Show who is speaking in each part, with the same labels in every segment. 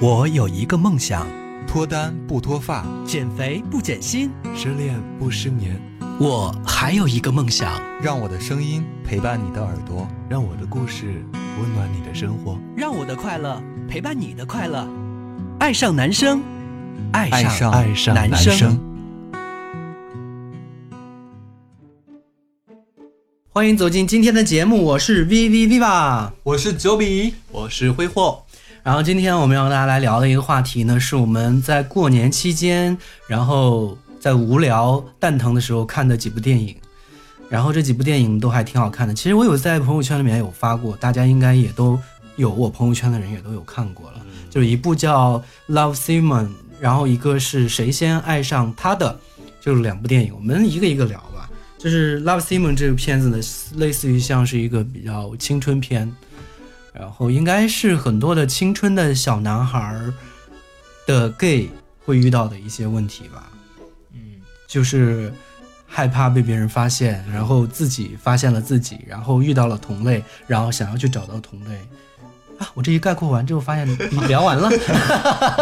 Speaker 1: 我有一个梦想，
Speaker 2: 脱单不脱发，
Speaker 1: 减肥不减薪，
Speaker 2: 失恋不失眠。
Speaker 1: 我还有一个梦想，
Speaker 2: 让我的声音陪伴你的耳朵，
Speaker 3: 让我的故事温暖你的生活，
Speaker 1: 让我的快乐陪伴你的快乐。爱上男生，爱上
Speaker 2: 爱上
Speaker 1: 男
Speaker 2: 男生。
Speaker 4: 欢迎走进今天的节目，我是 V V Viva，
Speaker 2: 我是九比，
Speaker 3: 我是挥霍。
Speaker 4: 然后今天我们要跟大家来聊的一个话题呢，是我们在过年期间，然后在无聊蛋疼的时候看的几部电影。然后这几部电影都还挺好看的。其实我有在朋友圈里面有发过，大家应该也都有，我朋友圈的人也都有看过了。就是一部叫《Love Simon》，然后一个是谁先爱上他的，就是两部电影，我们一个一个聊吧。就是《Love Simon》这个片子呢，类似于像是一个比较青春片，然后应该是很多的青春的小男孩儿的 gay 会遇到的一些问题吧。
Speaker 3: 嗯，
Speaker 4: 就是害怕被别人发现，然后自己发现了自己，然后遇到了同类，然后想要去找到同类。啊，我这一概括完之后，发现你聊完了。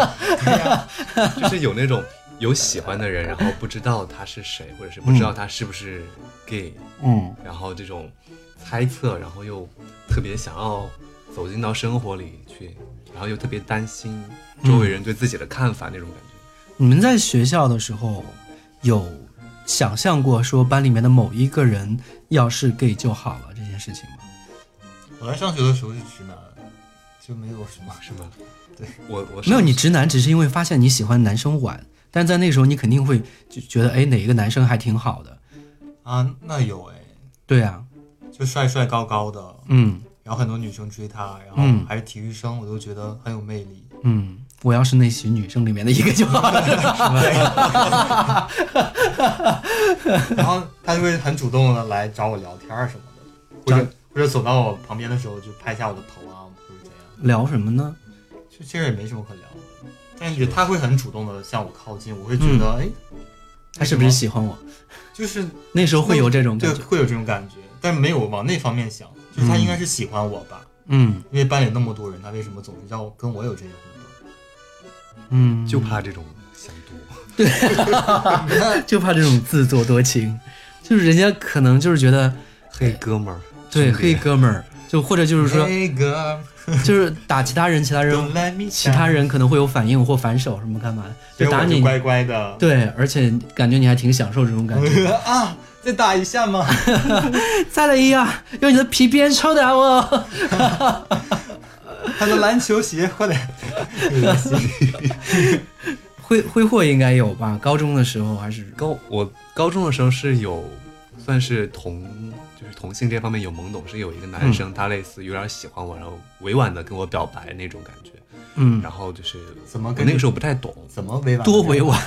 Speaker 3: 就是有那种有喜欢的人，然后不知道他是谁，或者是不知道他是不是 gay，
Speaker 4: 嗯，
Speaker 3: 然后这种猜测，然后又特别想要走进到生活里去，然后又特别担心周围人对自己的看法那种感觉。
Speaker 4: 你们在学校的时候有想象过说班里面的某一个人要是 gay 就好了这件事情吗？
Speaker 5: 我在上学的时候是直男，就没有什么。
Speaker 3: 是吗？
Speaker 5: 对，
Speaker 3: 我我
Speaker 4: 没有，
Speaker 3: 上
Speaker 4: 你直男只是因为发现你喜欢男生晚，但在那个时候你肯定会就觉得，哎，哪一个男生还挺好的。
Speaker 5: 啊，那有哎，
Speaker 4: 对啊，
Speaker 5: 就帅帅高高的，
Speaker 4: 嗯
Speaker 5: 然后很多女生追他，然
Speaker 4: 嗯
Speaker 5: 后还是体育生，我都觉得很有魅力。
Speaker 4: 嗯，我要是那群女生里面的一个就 好了。
Speaker 5: 然后他就会很主动的来找我聊天儿什么的，或者或者走到我旁边的时候就拍一下我的头啊，或者怎样。
Speaker 4: 聊什么呢？
Speaker 5: 就其实也没什么可聊的，但是他会很主动的向我靠近，我会觉
Speaker 2: 嗯
Speaker 5: 得哎，
Speaker 4: 他是不是喜欢我？
Speaker 5: 就是
Speaker 4: 那时候会有这种
Speaker 5: 对
Speaker 4: 感觉。
Speaker 5: 会有这种感觉，但没有往那方面想，就是他应该是喜欢我吧，
Speaker 4: 嗯
Speaker 5: 因为班里那么多人，他为什么总是要跟我有这些互动？
Speaker 4: 嗯，
Speaker 3: 就怕这种想 多。
Speaker 4: 就怕这种自作多情，就是人家可能就是觉得
Speaker 3: 嘿，哥们儿，
Speaker 4: 对
Speaker 3: 兄
Speaker 4: 黑
Speaker 3: 弟
Speaker 4: 哥们儿，就或者 就是说
Speaker 5: 那个
Speaker 4: 就是打其他人，其他人
Speaker 5: let me
Speaker 4: 其他人可能会有反应或反手什么干嘛，
Speaker 5: 所以
Speaker 4: 就
Speaker 5: 我
Speaker 4: 打你。
Speaker 5: 乖乖的，
Speaker 4: 对，而且感觉你还挺享受这种感 觉。
Speaker 5: 啊，再打一下嘛，
Speaker 4: 再来一呀，用你的皮鞭抽打我。
Speaker 5: 他的篮球鞋，快点，
Speaker 4: 挥挥霍应该有吧？高中的时候还是
Speaker 3: 高我高中的时候是有，算是同就是同性这方面有懵懂，是有一个男
Speaker 5: 嗯
Speaker 3: 生、他类似有点喜欢我，然后委婉的跟我表白那种感觉，
Speaker 4: 嗯
Speaker 3: 然后就是
Speaker 5: 怎么
Speaker 3: 我
Speaker 5: 跟
Speaker 3: 那个时候不太懂，
Speaker 5: 怎么委婉？
Speaker 4: 多委，婉。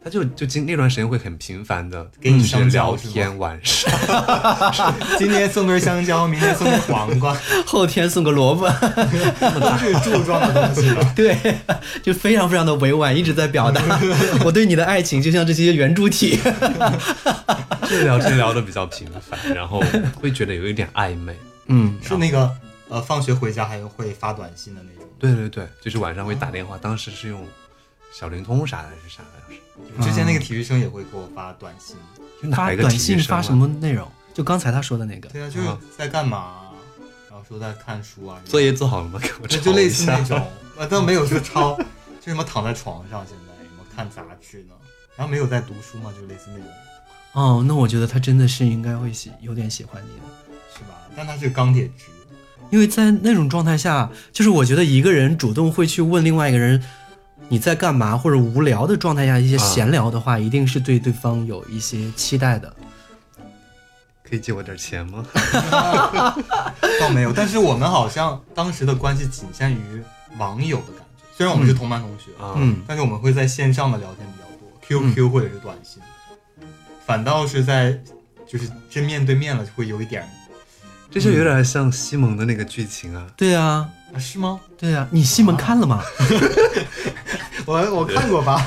Speaker 3: 他就就经那段时间会很频繁的
Speaker 5: 给你
Speaker 3: 是
Speaker 5: 香蕉
Speaker 3: 聊天晚上，
Speaker 5: 今天送根香蕉，明天送根黄瓜，
Speaker 4: 后天送个萝 卜，
Speaker 5: 都是柱状的东西了。
Speaker 4: 对，就非常非常的委婉，一直在表 达我对你的爱情，就像这些圆柱体。
Speaker 3: 就聊天聊的比较频繁，然后会觉得有一点暧昧。
Speaker 4: 嗯
Speaker 5: 是那个呃，放学回家还会发短信的那种，
Speaker 3: 对对对，就是晚上会打电话，当时是用小灵通啥的还是啥来着？
Speaker 4: 嗯
Speaker 5: 之前那个体育生也会给我发短信。
Speaker 3: 就哪
Speaker 4: 发
Speaker 3: 一个
Speaker 4: 短
Speaker 3: 体育
Speaker 4: 信
Speaker 3: 生
Speaker 4: 发
Speaker 3: 啊
Speaker 4: 什么内容？就刚才他说的那个，
Speaker 5: 对啊，就是
Speaker 3: 啊
Speaker 5: 在干嘛，然后说在看书啊，
Speaker 3: 作业做好了吗？给我
Speaker 5: 那
Speaker 3: 抄
Speaker 5: 就类
Speaker 3: 一
Speaker 5: 似
Speaker 3: 下
Speaker 5: 那种，啊，但没有说抄， 就什么躺在床上，现在什么看杂志呢，然后没有在读书嘛，就类似那种，
Speaker 4: 哦，那我觉得他真的是应该会喜有点喜欢你的，
Speaker 5: 是吧？但他是钢铁直，
Speaker 4: 因为在那种状态下，就是我觉得一个人主动会去问另外一个人你在干嘛或者无聊的状态下，一些
Speaker 3: 啊
Speaker 4: 闲聊的话，一定是对对方有一些期待的。
Speaker 3: 可以借我点钱吗？
Speaker 5: 倒没有。但是我们好像当时的关系仅限于网友的感觉，虽然我们是同班同学，
Speaker 3: 啊，
Speaker 4: 嗯
Speaker 5: 但是我们会在线上的聊天比较多，QQ
Speaker 3: 嗯
Speaker 5: 或者是短信，反倒是在就是真面对面了，会有一点儿，
Speaker 3: 这就有点像西蒙的那个剧情啊，
Speaker 4: 对啊，
Speaker 5: 啊是吗？
Speaker 4: 对啊，你西门看了吗？
Speaker 5: 我我看过吧。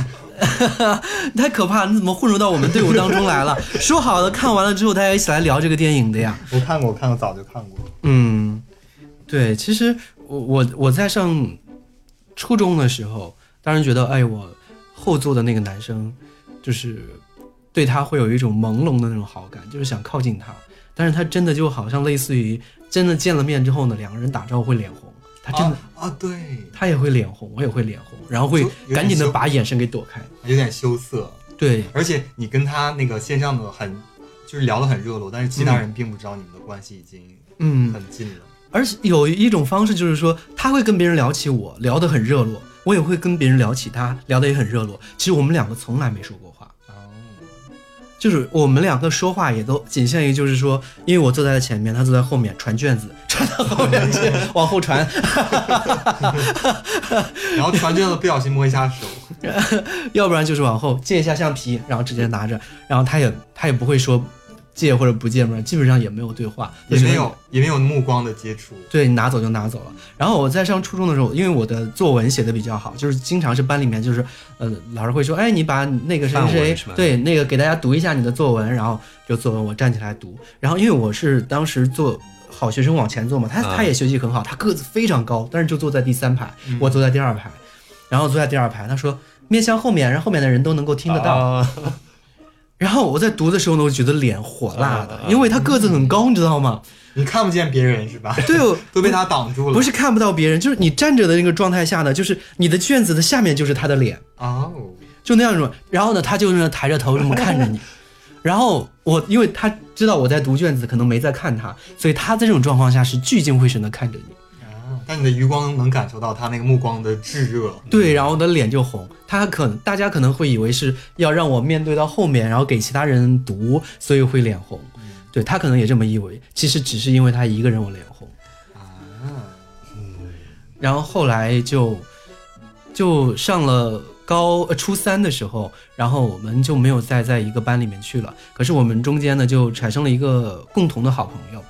Speaker 4: 太可怕！你怎么混入到我们队伍当中来了？说好的看完了之后，大家一起来聊这个电影的呀。
Speaker 5: 我看过，我看过，早就看过。
Speaker 4: 嗯，对，其实我我我在上初中的时候，当然觉得，哎，我后座的那个男生，就是对他会有一种朦胧的那种好感，就是想靠近他。但是他真的就好像类似于真的见了面之后呢，两个人打招呼会脸红，他真的、
Speaker 5: 啊，对，
Speaker 4: 他也会脸红，我也会脸红，然后会
Speaker 5: 就有点
Speaker 4: 赶紧的
Speaker 5: 羞
Speaker 4: 把眼神给躲开。
Speaker 5: 有点羞涩，
Speaker 4: 对，
Speaker 5: 而且你跟他那个线上的很，就是聊得很热络，但是其他人并不知道你们的关系已经
Speaker 4: 嗯，
Speaker 5: 很近了。
Speaker 4: 而且有一种方式就是说，他会跟别人聊起我，聊得很热络，我也会跟别人聊起他，聊得也很热络。其实我们两个从来没说过话，
Speaker 5: 哦，
Speaker 4: 就是我们两个说话也都仅限于就是说，因为我坐在前面，他坐在后面传卷子，传到后面去，往后传，
Speaker 5: 然后传卷子不小心摸一 下手，
Speaker 4: 要不然就是往后借一下橡皮，然后直接拿着，然后他也他也不会说借或者不借嘛，基本上也没有对话，
Speaker 5: 也没有也没有目光的接触，
Speaker 4: 对，拿走就拿走了。然后我在上初中的时候，因为我的作文写的比较好，就是经常是班里面就是，呃，老师会说，哎，你把那个谁
Speaker 3: 范文
Speaker 4: 谁
Speaker 3: 是吧
Speaker 4: 对那个给大家读一下你的作文，然后就作文我站起来读。然后因为我是当时做好学生往前坐嘛，他
Speaker 3: 啊
Speaker 4: 他也学习很好，他个子非常高，但是就坐在第三排，
Speaker 5: 嗯
Speaker 4: 我坐在第二排，然后坐在第二排，他说面向后面，让后面的人都能够听得到。
Speaker 3: 啊
Speaker 4: 然后我在读的时候呢，我觉得脸火辣的
Speaker 3: 啊，
Speaker 4: 因为他个子很高，你知道吗？
Speaker 5: 你看不见别人是吧？
Speaker 4: 对，我
Speaker 5: 都被他挡住了。
Speaker 4: 不是看不到别人，就是你站着的那个状态下呢，就是你的卷子的下面就是他的脸，
Speaker 5: 哦，
Speaker 4: 就那样种。然后呢，他就那抬着头这么看着 你。然后我，因为他知道我在读卷子，可能没在看他，所以他在这种状况下是聚精会神的看着你。
Speaker 5: 啊但你的余光能感受到他那个目光的炙热。
Speaker 4: 对，然后我的脸就红。他可能大家可能会以为是要让我面对到后面，然后给其他人读，所以会脸红。对他可能也这么以为，其实只是因为他一个人我脸红。
Speaker 5: 啊，
Speaker 4: 然后后来就就上了高呃初三的时候，然后我们就没有再在一个班里面去了。可是我们中间呢，就产生了一个共同的好朋友。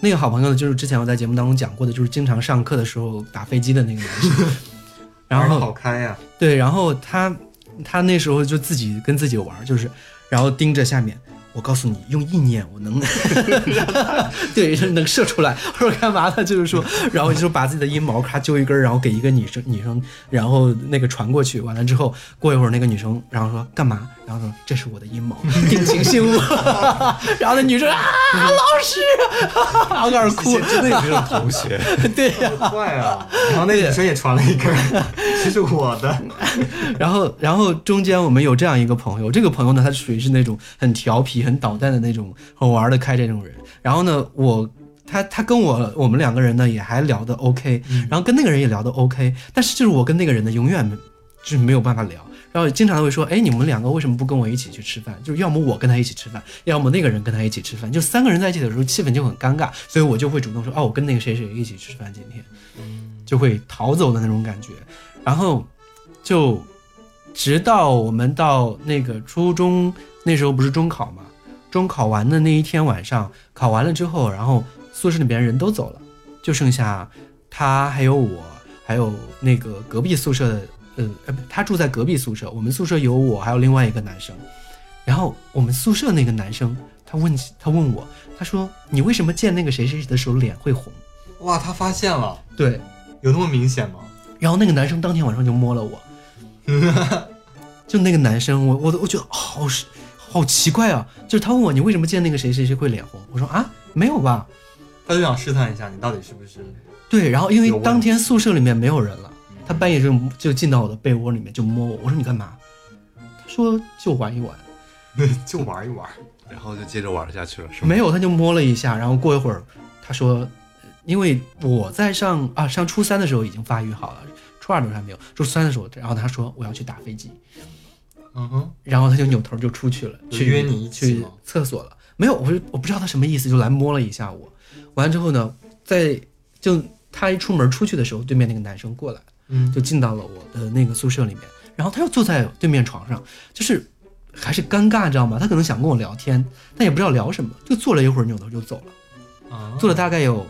Speaker 4: 那个好朋友呢，就是之前我在节目当中讲过的，就是经常上课的时候打飞机的那个男生。然
Speaker 5: 玩的
Speaker 4: 后
Speaker 5: 好开呀、
Speaker 4: 对，然后他他那时候就自己跟自己玩儿，就是然后盯着下面。我告诉你，用意念我能， 对，能射出来或者干嘛的，就是说，然后就把自己的阴毛咔揪一根儿，然后给一个女生女生，然后那个传过去，完了之后过一会儿那个女生，然后说干嘛？然后说这是我的阴毛，定情信物。 然后那女生啊，老师， 然后开始哭，
Speaker 3: 真的有这种同 学，
Speaker 4: 对呀、
Speaker 5: 好坏 啊！然后那女生也传了一根儿，这是我的。
Speaker 4: 然后，然后中间我们有这样一个朋友，这个朋友呢，他属于是那种很调皮、很捣蛋的那种，很玩得开这种人。然后呢，我他他跟我我们两个人呢也还聊得 OK，、然后跟那个人也聊得 OK，但是就是我跟那个人呢永远没就是没有办法聊。然后经常会说，哎，你们两个为什么不跟我一起去吃饭？就是要么我跟他一起吃饭，要么那个人跟他一起吃饭。就三个人在一起的时候，气氛就很尴尬，所以我就会主动说，哦，我跟那个谁谁一起吃饭，今天就会逃走的那种感觉。然后就直到我们到那个初中那时候不是中考嘛，中考完的那一天晚上，考完了之后，然后宿舍里边人都走了，就剩下他还有我，还有那个隔壁宿舍的，呃，呃不他住在隔壁宿舍，我们宿舍有我，还有另外一个男生。然后我们宿舍那个男生，他问起他问我，他说你为什么见那个谁谁谁的时候脸会红？
Speaker 5: 哇，他发现了，
Speaker 4: 对，
Speaker 5: 有那么明显吗？
Speaker 4: 然后那个男生当天晚上就摸了 我，就那个男生，我我我觉得好是好奇怪啊！就是他问我你为什么见那个谁谁谁会脸红，我说啊没有吧，
Speaker 5: 他就想试探一下你到底是不是
Speaker 4: 对，然后因为
Speaker 3: 啊
Speaker 5: 有问题
Speaker 4: 当天宿舍里面没有人了，
Speaker 3: 嗯
Speaker 4: 他半夜就就进到我的被窝里面就摸我，我说你干嘛？他说就玩一玩，
Speaker 5: 就玩一玩。
Speaker 3: 然后就接着玩下去了，是吗？
Speaker 4: 没有他就摸了一下，然后过一会儿他说，因为我在上啊上初三的时候已经发育好了，初二的时候还没有，初三的时候，然后他说我要去打飞机。
Speaker 5: 嗯哼，
Speaker 4: 然后他就扭头就出去了，
Speaker 5: 有
Speaker 4: 去
Speaker 5: 约你一起
Speaker 4: 去
Speaker 5: 吗
Speaker 4: 厕所了。没有，我是我不知道他什么意思，就来摸了一下我。完之后呢，在就他一出门出去的时候，对面那个男生过来，
Speaker 5: 嗯，
Speaker 4: 就进到了我的那个宿舍里面，然后他又坐在对面床上，就是还是尴尬，你知道吗？他可能想跟我聊天，但也不知道聊什么，就坐了一会儿，扭头就走了。
Speaker 5: 啊
Speaker 4: 坐了大概有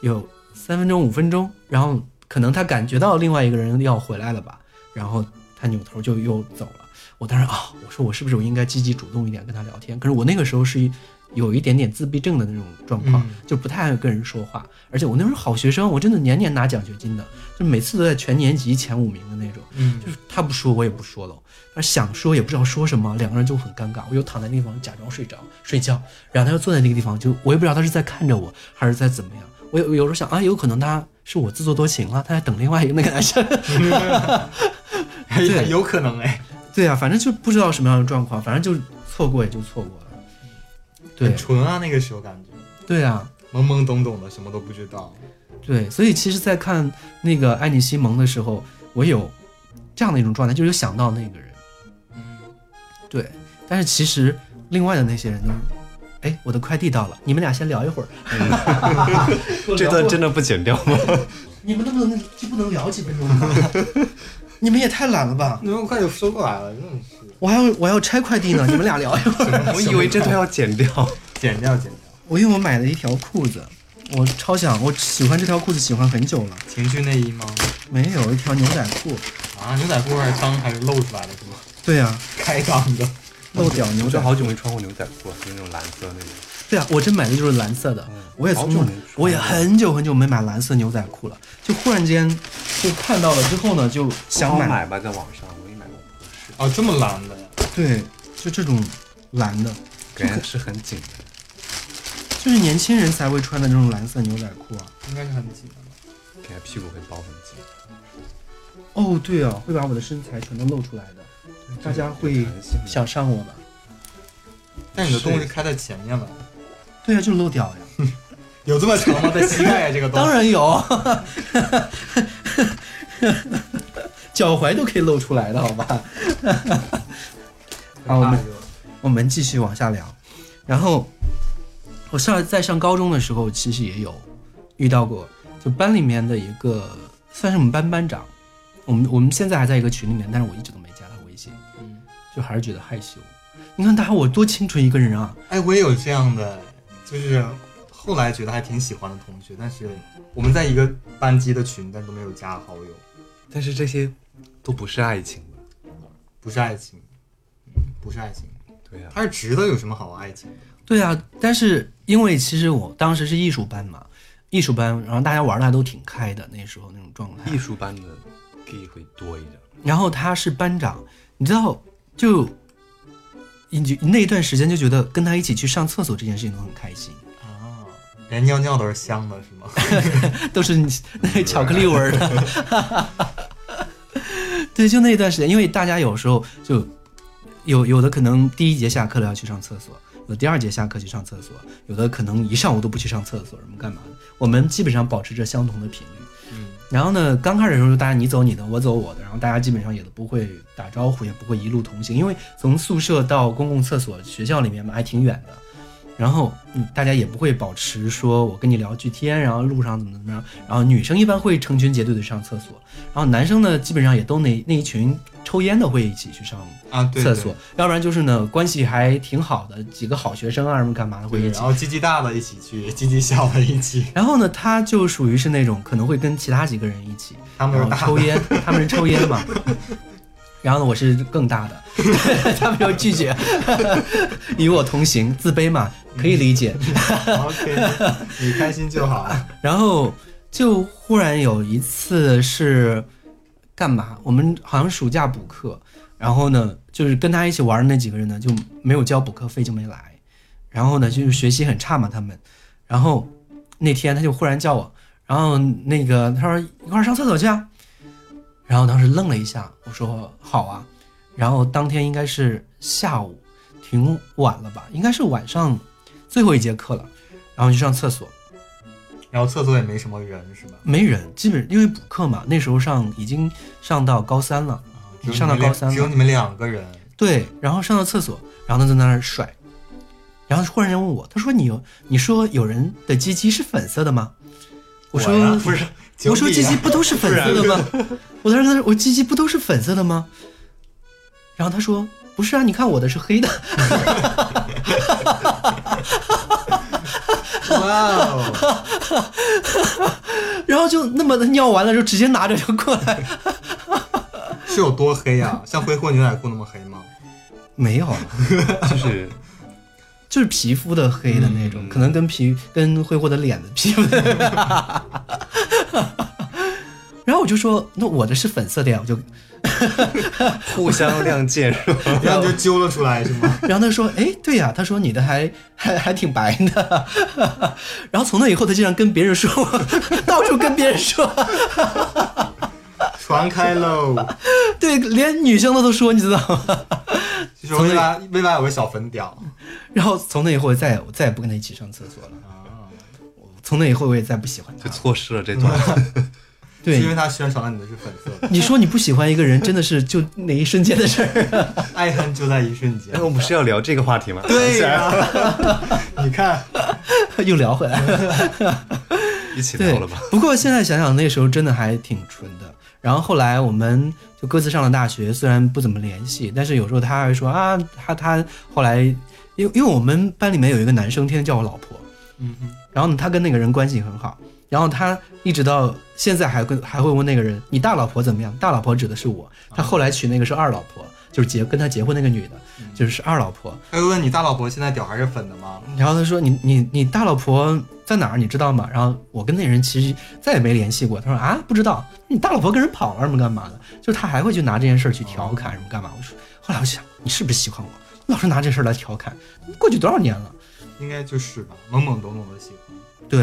Speaker 4: 有三分钟五分钟，然后可能他感觉到另外一个人要回来了吧，然后他扭头就又走了。我当时啊，我说我是不是我应该积极主动一点跟他聊天？可是我那个时候是有一点点自闭症的那种状况，
Speaker 5: 嗯
Speaker 4: 就不太爱跟人说话。而且我那时候好学生，我真的年年拿奖学金的，就每次都在全年级前五名的那种。
Speaker 5: 嗯
Speaker 4: 就是他不说，我也不说了，但是想说也不知道说什么，两个人就很尴尬。我又躺在那个地方假装睡着睡觉，然后他又坐在那个地方，就我也不知道他是在看着我还是在怎么样。我有有时候想啊，有可能他是我自作多情了，他在等另外一个那个男生。
Speaker 5: 还
Speaker 4: 对
Speaker 5: 有可能哎，
Speaker 4: 对啊，反正就不知道什么样的状况，反正就错过也就错过了。嗯对
Speaker 5: 很纯啊，那个时候感觉
Speaker 4: 对啊，
Speaker 5: 懵懵懂懂的，什么都不知道。
Speaker 4: 对，所以其实，在看那个《爱你西蒙》的时候，我有这样的一种状态，就是有想到那个人，对。但是其实另外的那些人都，哎，我的快递到了，你们俩先聊一会儿。
Speaker 3: 这段真的不剪掉吗？
Speaker 4: 你们能不能就不能聊几分钟吗？ 你们也太懒了吧！
Speaker 5: 你们快点收过来了，真的是
Speaker 4: 我还要我还要拆快递呢，你们俩聊一会儿。
Speaker 3: 我以为这段要剪掉。
Speaker 5: 剪掉剪掉，
Speaker 4: 我因为我买了一条裤子，我超想，我喜欢这条裤子，喜欢很久了，
Speaker 5: 情趣内衣吗？
Speaker 4: 没有一条牛仔裤。
Speaker 5: 啊，牛仔裤还是裆还是露出来的是吗？
Speaker 4: 对呀、啊，
Speaker 5: 开裆的，
Speaker 4: 露屌牛
Speaker 3: 我
Speaker 4: 仔
Speaker 3: 就好久没穿过牛仔裤了，就是那种蓝色那种。
Speaker 4: 对啊，我真买的就是蓝色的，我也从
Speaker 3: 嗯
Speaker 4: 我
Speaker 3: 好久没穿了
Speaker 4: 我也很久很久没买蓝色牛仔裤了，就忽然间就看到了之后呢，就想
Speaker 3: 我
Speaker 4: 买，
Speaker 3: 买吧，在网上我也买过，
Speaker 5: 哦，这么蓝的呀？
Speaker 4: 对，就这种蓝的，
Speaker 3: 感觉是很紧的。
Speaker 4: 就是年轻人才会穿的这种蓝色牛仔裤啊。
Speaker 5: 应该是很紧的。
Speaker 3: 感觉屁股会包很紧，
Speaker 4: 哦，对啊，会把我的身材全都露出来的，大家会想上我吧？
Speaker 5: 但你的洞是开在前面了，
Speaker 4: 对啊，就露屌 呀，
Speaker 5: 有这么长吗？在膝盖啊这个洞？
Speaker 4: 当然有，脚踝都可以露出来的，好吧？啊，我们我们继续往下聊。然后我上在上高中的时候，其实也有遇到过，就班里面的一个算是我们班班长，我们我们现在还在一个群里面，但是我一直都没加他微信，
Speaker 5: 嗯
Speaker 4: 就还是觉得害羞。你看他我多清纯一个人啊！
Speaker 5: 哎，我也有这样的，就是后来觉得还挺喜欢的同学，但是我们在一个班级的群，但都没有加好友，
Speaker 3: 但是这些都不是爱情吧？
Speaker 5: 不是爱情，嗯不是爱情，
Speaker 3: 对啊呀、
Speaker 5: 他是直的，有什么好爱情的？
Speaker 4: 对啊，但是因为其实我当时是艺术班嘛，艺术班，然后大家玩的还都挺开的，那时候那种状态
Speaker 3: 艺。术班的 gay 会多一点。
Speaker 4: 然后他是班长，你知道，就你就那一段时间就觉得跟他一起去上厕所这件事情都很开心，
Speaker 5: 啊，连尿尿都是香的，是吗？
Speaker 4: 都是你那巧克力味儿的。 对，就那一段时间，因为大家有时候就有有的可能第一节下课了要去上厕所，有的第二节下课去上厕所，有的可能一上午都不去上厕所，什么干嘛的。我们基本上保持着相同的频率。
Speaker 5: 嗯，
Speaker 4: 然后呢，刚开始的时候，大家你走你的，我走我的，然后大家基本上也都不会打招呼，也不会一路同行，因为从宿舍到公共厕所、学校里面嘛，还挺远的。然后，嗯，大家也不会保持说我跟你聊 G T N，然后路上怎么怎么样。然后女生一般会成群结队的上厕所，然后男生呢，基本上也都那那一群抽烟的会一起去上
Speaker 5: 啊，对，
Speaker 4: 厕
Speaker 5: 对
Speaker 4: 所，要不然就是呢关系还挺好的几个好学生啊什么干嘛的会
Speaker 5: 对，
Speaker 4: 一起
Speaker 5: 然。后鸡鸡大的一起去，鸡鸡小的一起，
Speaker 4: 然后呢，他就属于是那种可能会跟其他几个人一起，
Speaker 5: 他们
Speaker 4: 然
Speaker 5: 是
Speaker 4: 后
Speaker 5: 大
Speaker 4: 抽烟，他们是抽烟 嘛。然后呢，我是更大的， 他们又拒绝 与我同行，自卑嘛，可以理解。
Speaker 5: 的 ，OK，你开心就好。
Speaker 4: 然后就忽然有一次是干嘛？我们好像暑假补课，然后呢，就是跟他一起玩的那几个人呢，就没有交补课费就没来，然后呢，就是学习很差嘛，他们，然后那天他就忽然叫我，然后那个他说一块儿上厕所去啊，然后当时愣了一下，我说好啊，然后当天应该是下午，挺晚了吧，应该是晚上最后一节课了，然后去上厕所，
Speaker 5: 然后厕所也没什么人，是吧？
Speaker 4: 没人，基本因为补课嘛，那时候上已经上到高三了，
Speaker 5: 啊
Speaker 4: 你上到高三了
Speaker 5: 只有你们两个人，
Speaker 4: 对，然后上到厕所，然后他在那儿甩，然后忽然间问我，他说你有你说有人的鸡鸡是粉色的吗？我说
Speaker 5: 呀不是，啊
Speaker 4: 我说鸡鸡不都是粉色的吗？我当时在那儿我鸡鸡不都是粉色的吗？然后他说不是啊，你看我的是黑的，
Speaker 5: 哇哦，
Speaker 4: 然后就那么的尿完了就直接拿着就过来，
Speaker 5: 是有多 黑啊？像挥霍牛仔裤那么黑吗？
Speaker 4: 没有，
Speaker 3: 就是
Speaker 4: 就是皮肤的黑的那种，
Speaker 3: 嗯
Speaker 4: 可能跟皮跟挥霍的脸的皮肤。 然后我就说，那我的是粉色的呀，我就，
Speaker 3: 互相亮剑是 吧？
Speaker 5: 然后你就揪了出来是吗？
Speaker 4: 然后他说，哎，对呀、他说你的还还还挺白的，然后从那以后，他经常跟别人说， 到处跟别人说，
Speaker 5: 传开喽！
Speaker 4: 对，连女生的都说，你知道吗？
Speaker 5: 就是未来未来有个小粉屌，
Speaker 4: 然后从那以后，我再也我再也不跟他一起上厕所了。从那以后，我也再不喜欢他
Speaker 3: 就
Speaker 4: 了。
Speaker 3: 错失了这段。
Speaker 5: 是因为
Speaker 4: 对，
Speaker 5: 他宣传了你的是粉色的，
Speaker 4: 你说你不喜欢一个人，真的是就那一瞬间的事儿。
Speaker 5: 爱恨就在一瞬间
Speaker 3: 哎，。我们是要聊这个话题吗？
Speaker 5: 对呀、 你看，
Speaker 4: 又聊回来了，
Speaker 3: 一起
Speaker 4: 对
Speaker 3: 聊了吧。。
Speaker 4: 不过现在想想，那时候真的还挺纯的。然后后来我们就各自上了大学，虽然不怎么联系，但是有时候他还会说啊，他他后来，因为因为我们班里面有一个男生天天叫我老婆，
Speaker 5: 嗯哼，
Speaker 4: 然后呢，他跟那个人关系很好，然后他一直到现在还跟还会问那个人，你大老婆怎么样？大老婆指的是我，他后来娶那个是二老婆，就是结跟他结婚那个女的，就是二老婆。
Speaker 5: 他会哎问你大老婆现在屌还是粉的吗？
Speaker 4: 然后他说你你你大老婆在哪儿？你知道吗？然后我跟那人其实再也没联系过。他说啊不知道，你大老婆跟人跑了什么干嘛的？就是他还会去拿这件事儿去调侃什么干嘛？我说后来我想你是不是喜欢我？老是拿这事儿来调侃，过去多少年了？
Speaker 5: 应该就是吧，懵懵懂懂的喜欢。
Speaker 4: 对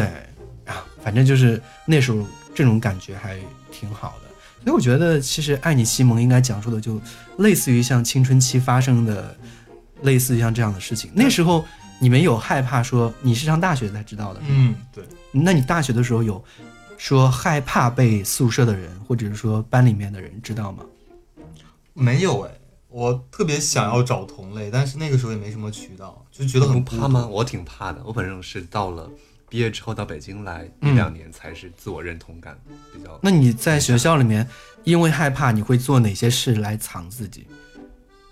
Speaker 4: 啊，反正就是那时候这种感觉还挺好的。所以我觉得，其实《爱你西蒙》应该讲述的就类似于像青春期发生的，类似于像这样的事情。那时候你没有害怕说你是上大学才知道的，
Speaker 5: 嗯，对，
Speaker 4: 那你大学的时候有说害怕被宿舍的人或者是说班里面的人知道吗？
Speaker 5: 没有哎，我特别想要找同类，但是那个时候也没什么渠道，就觉
Speaker 3: 觉
Speaker 5: 得
Speaker 3: 得
Speaker 5: 很
Speaker 3: 很
Speaker 5: 孤独
Speaker 3: 怕吗？？我挺怕的。我本身是到了毕业之后到北京来一
Speaker 4: 嗯
Speaker 3: 两年，才是自我认同感比较。
Speaker 4: 那你在学校里面因为害怕，你会做哪些事来藏自己？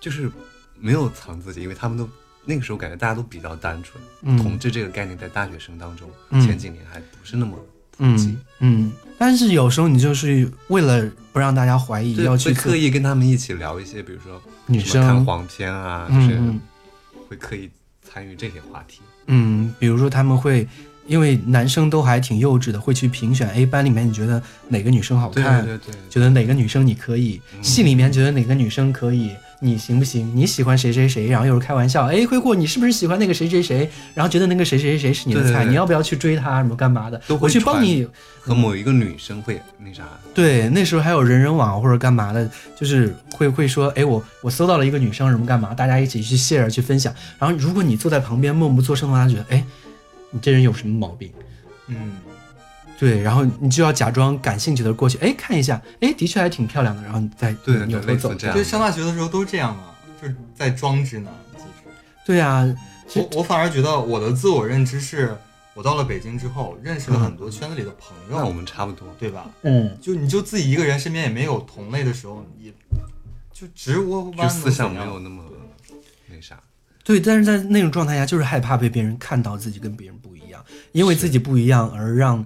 Speaker 3: 就是没有藏自己，因为他们都那个时候感觉大家都比较单纯。
Speaker 4: 嗯
Speaker 3: 同志这个概念在大学生当中、
Speaker 4: 嗯
Speaker 3: 前几年还不是那么普及
Speaker 4: 嗯，嗯，但是有时候你就是为了不让大家怀疑，
Speaker 3: 对，
Speaker 4: 要去
Speaker 3: 会刻
Speaker 4: 意
Speaker 3: 意跟他们一起聊一些，比如说
Speaker 4: 女
Speaker 3: 什么看
Speaker 4: 生，
Speaker 3: 黄片啊，就
Speaker 4: 嗯
Speaker 3: 是
Speaker 4: 嗯
Speaker 3: 会刻意参与这些话题。
Speaker 4: 嗯，比如说他们会，因为男生都还挺幼稚的，会去评选 A 班里面你觉得哪个女生好
Speaker 3: 对
Speaker 4: 看，
Speaker 3: 对对，
Speaker 4: 觉得哪个女生你可以，
Speaker 3: 嗯
Speaker 4: 系里面觉得哪个女生可以，你行不行？你喜欢谁谁谁？然后又是开玩笑，哎，挥霍，你是不是喜欢那个谁谁谁？然后觉得那个谁谁谁是你的
Speaker 3: 对对
Speaker 4: 菜，
Speaker 3: 对
Speaker 4: 你要不要去追她？什么干嘛的？
Speaker 3: 都会
Speaker 4: 我去帮
Speaker 3: 传
Speaker 4: 你
Speaker 3: 和某一个女生会那啥，
Speaker 4: 对，那时候还有人人网或者干嘛的，就是会会说，哎，我我搜到了一个女生什么干嘛，大家一起去 share 去分享。然后如果你坐在旁边默不作声的话，他觉得，哎，你这人有什么毛病？
Speaker 5: 嗯，
Speaker 4: 对，然后你就要假装感兴趣的过去，哎，看一下，哎，的确还挺漂亮的，然后你再
Speaker 3: 对对
Speaker 4: 扭头
Speaker 3: 类似
Speaker 4: 走
Speaker 3: 这样
Speaker 5: 对，上大学的时候都这样啊，就是在装直男。其实
Speaker 4: 对啊，是
Speaker 5: 我我反而觉得我的自我认知是，我到了北京之后，认识了很多圈子里的朋
Speaker 3: 那
Speaker 5: 友，
Speaker 3: 我们差不多。
Speaker 5: 对吧？
Speaker 4: 嗯，
Speaker 5: 就你就自己一个人，身边也没有同类的时候，也就直窝窝
Speaker 3: 就
Speaker 5: 弯。
Speaker 3: 思想没有那么那啥。
Speaker 4: 对，但是在那种状态下，就是害怕被别人看到自己跟别人不一样，因为自己不一样而让